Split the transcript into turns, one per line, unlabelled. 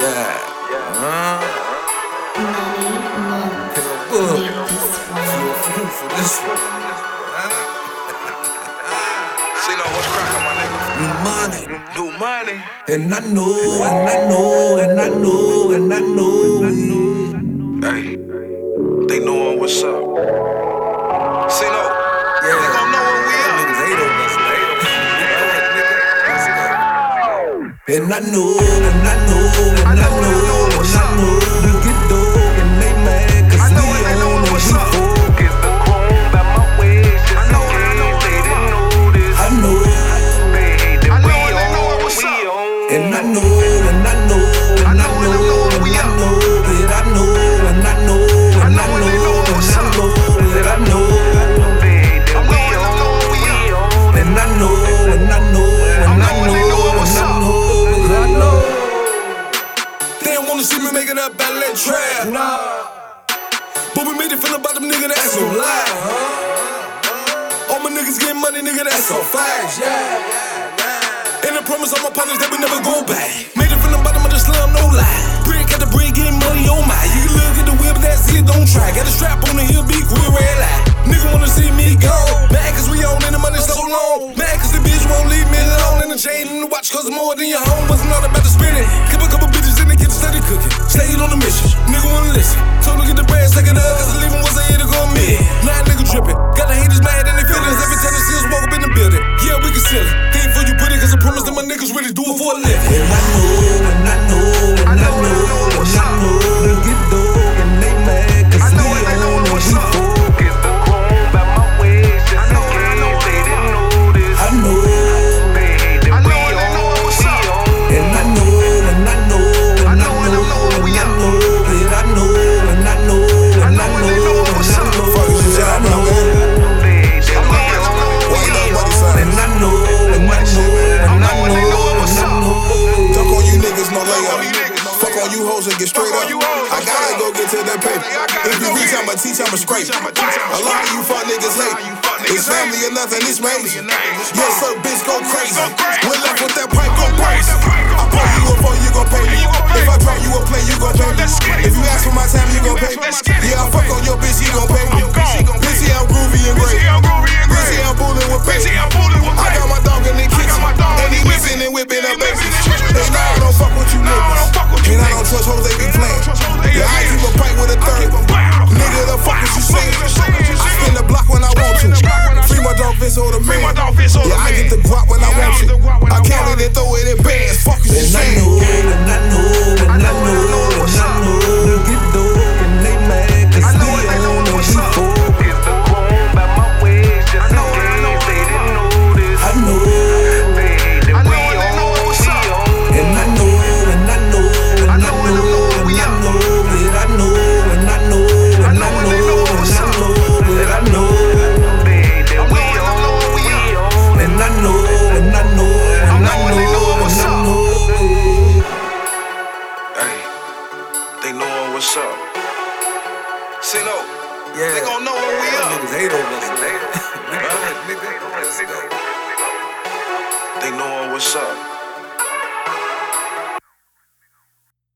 Yeah. Uh, uh, for, for this one.
See, no, what's cracking, my nigga?
New money.
New money.
And I know, and I know, and I know, and I know.
Hey, they knowin' what's up. See, no,
Yeah.
they gon' know when we
Them
up.
niggas hate on us, man. And I know, and I know, and I know, and I know we get dope and they mad 'cause
I know
we
and they know
on and
what's
we
up.
for.
Get the chrome by my waist just
I
in
know it, I know it,
case they
I know
didn't
it.
notice.
I know,
They hate
I
that
know it,
we
they know it,
on,
what's
we
up?
on.
and I know, and I know, and I know, and I know that I know, and I know, and I know, and I know that I know,
They hate that
I know
we
it, I know it,
on,
we
we
up.
on.
and I know, and I know, and I know, and I know that I know.
They don't wanna see me making that battle that trap. But we made it feel about them nigga, that's no lie. All my niggas getting money, nigga, that's a fact. And I promise all my partners that we never go back. Made it from the bottom of the slum, no lie. Brick at the brick, getting money, oh my. You can look at the whip, that's it, don't try. Got a strap on the heel, be cool, red light. Nigga wanna see me go. Mad cause we on and the money so long. Mad cause the bitch won't leave me alone. And the chain and the watch cost more than your home. Wasn't all about the spinning. Keep a couple bitches in the kitchen, steady cooking. Stayed on the mission, nigga wanna listen. Told him get the bread, take it up, cause the leaving was a year to go mid. Nine nigga dripping. Got the haters mad and they feelings. Every time the seals walk up in the building. Yeah, we can sell it. Think for you put it, cause I promise that my niggas really do it for a living.
And I know, and I know, and I know, and I know we get dope and they mad 'cause we on and we for.
Get the chrome by my waist just in
know it, I know
case
it,
they
I
didn't
know
notice.
I know.
They hate that
I know
we
it, they know
on,
it, what's
we
up?
on.
And I know, and I know, and I know, and I know, and I know that I know, and I know, and I know, and I know that I know,
They hate that
I
we
know it, I know it, we
on, we
up.
on.
and I know, and I know, and I know, and I know.
Fuck all you niggas, no
all
layup.
you niggas, no
Fuck all you hoes and get straight
all
up.
you hoes,
I
I'm
gotta
straight
go
up.
get to that paper.
I gotta
If you
go
reach,
get
I'ma
it.
teach, I'ma scrape.
I'ma teach, I'ma
A lot of
scrape.
you fuck niggas
A lot
hate.
of you fuck niggas
It's family
hate.
or nothing, it's major.
Family or nothing, it's
Yes, sir,
major.
bitch, go crazy.
Go crazy.
When left with that pipe, go
Go
price.
crazy.
I pull you up or you gon' pay me.
And you gon' pay
If I
me.
drop you a play, you gon' pay me.
Let's get it.
If you ask for my time, you gon' pay me.
Let's get it.
Yeah, I fuck on your bitch, you gon' pay me.
I'm gone.
Bitch, yeah, I'm groovy and
Bitch,
great.
yeah, I'm groovy and
Bitch,
great.
yeah, I'm bullin' with
Bitch,
pay.
yeah, I'm fooling with
I got
paper.
my dog in the
I
kitchen.
got my dog
and
in
he
the
whipping
kitchen.
and
He
whipping up
whipping
babies.
and whipping
And
up
now I
babies.
don't fuck with you
Now I
niggas.
don't fuck with you
And I don't
niggas.
trust hoes, they be
And I don't
playing.
trust hoes, they be
Yeah, I
playing.
keep a pipe with a third.
keep a pipe.
Nigga, the fuck is you
Fuck is
saying?
you saying?
I spin the block when I want to.
Spin the block when I
Free my dog Vince or the man.
my dog Vince or the
Yeah, I get
man.
the guap when I
Yeah, I
want
get
to.
the guap when
I
I
count
want
it and throw it in bands. Fuck is you
And I
saying?
know, and I know, and I know, and I know we get dope and they mad 'cause we on and we for.
Get the chrome by my waist just in
know it, I know
case
it.
they didn't notice.
I know.
They hate that
I know
we
it, they know it,
on,
what's up?
we on.
And I know, and I know, and I know, and I know that I know, and I know, and I know, and I know that I know,
They hate that we on, we on.
and I know, and I know, and I know, and I know.
Hey, they knowin' what's up. See, no, they gon' know when we up.
Niggas hate on us, man.
They knowin' what's up.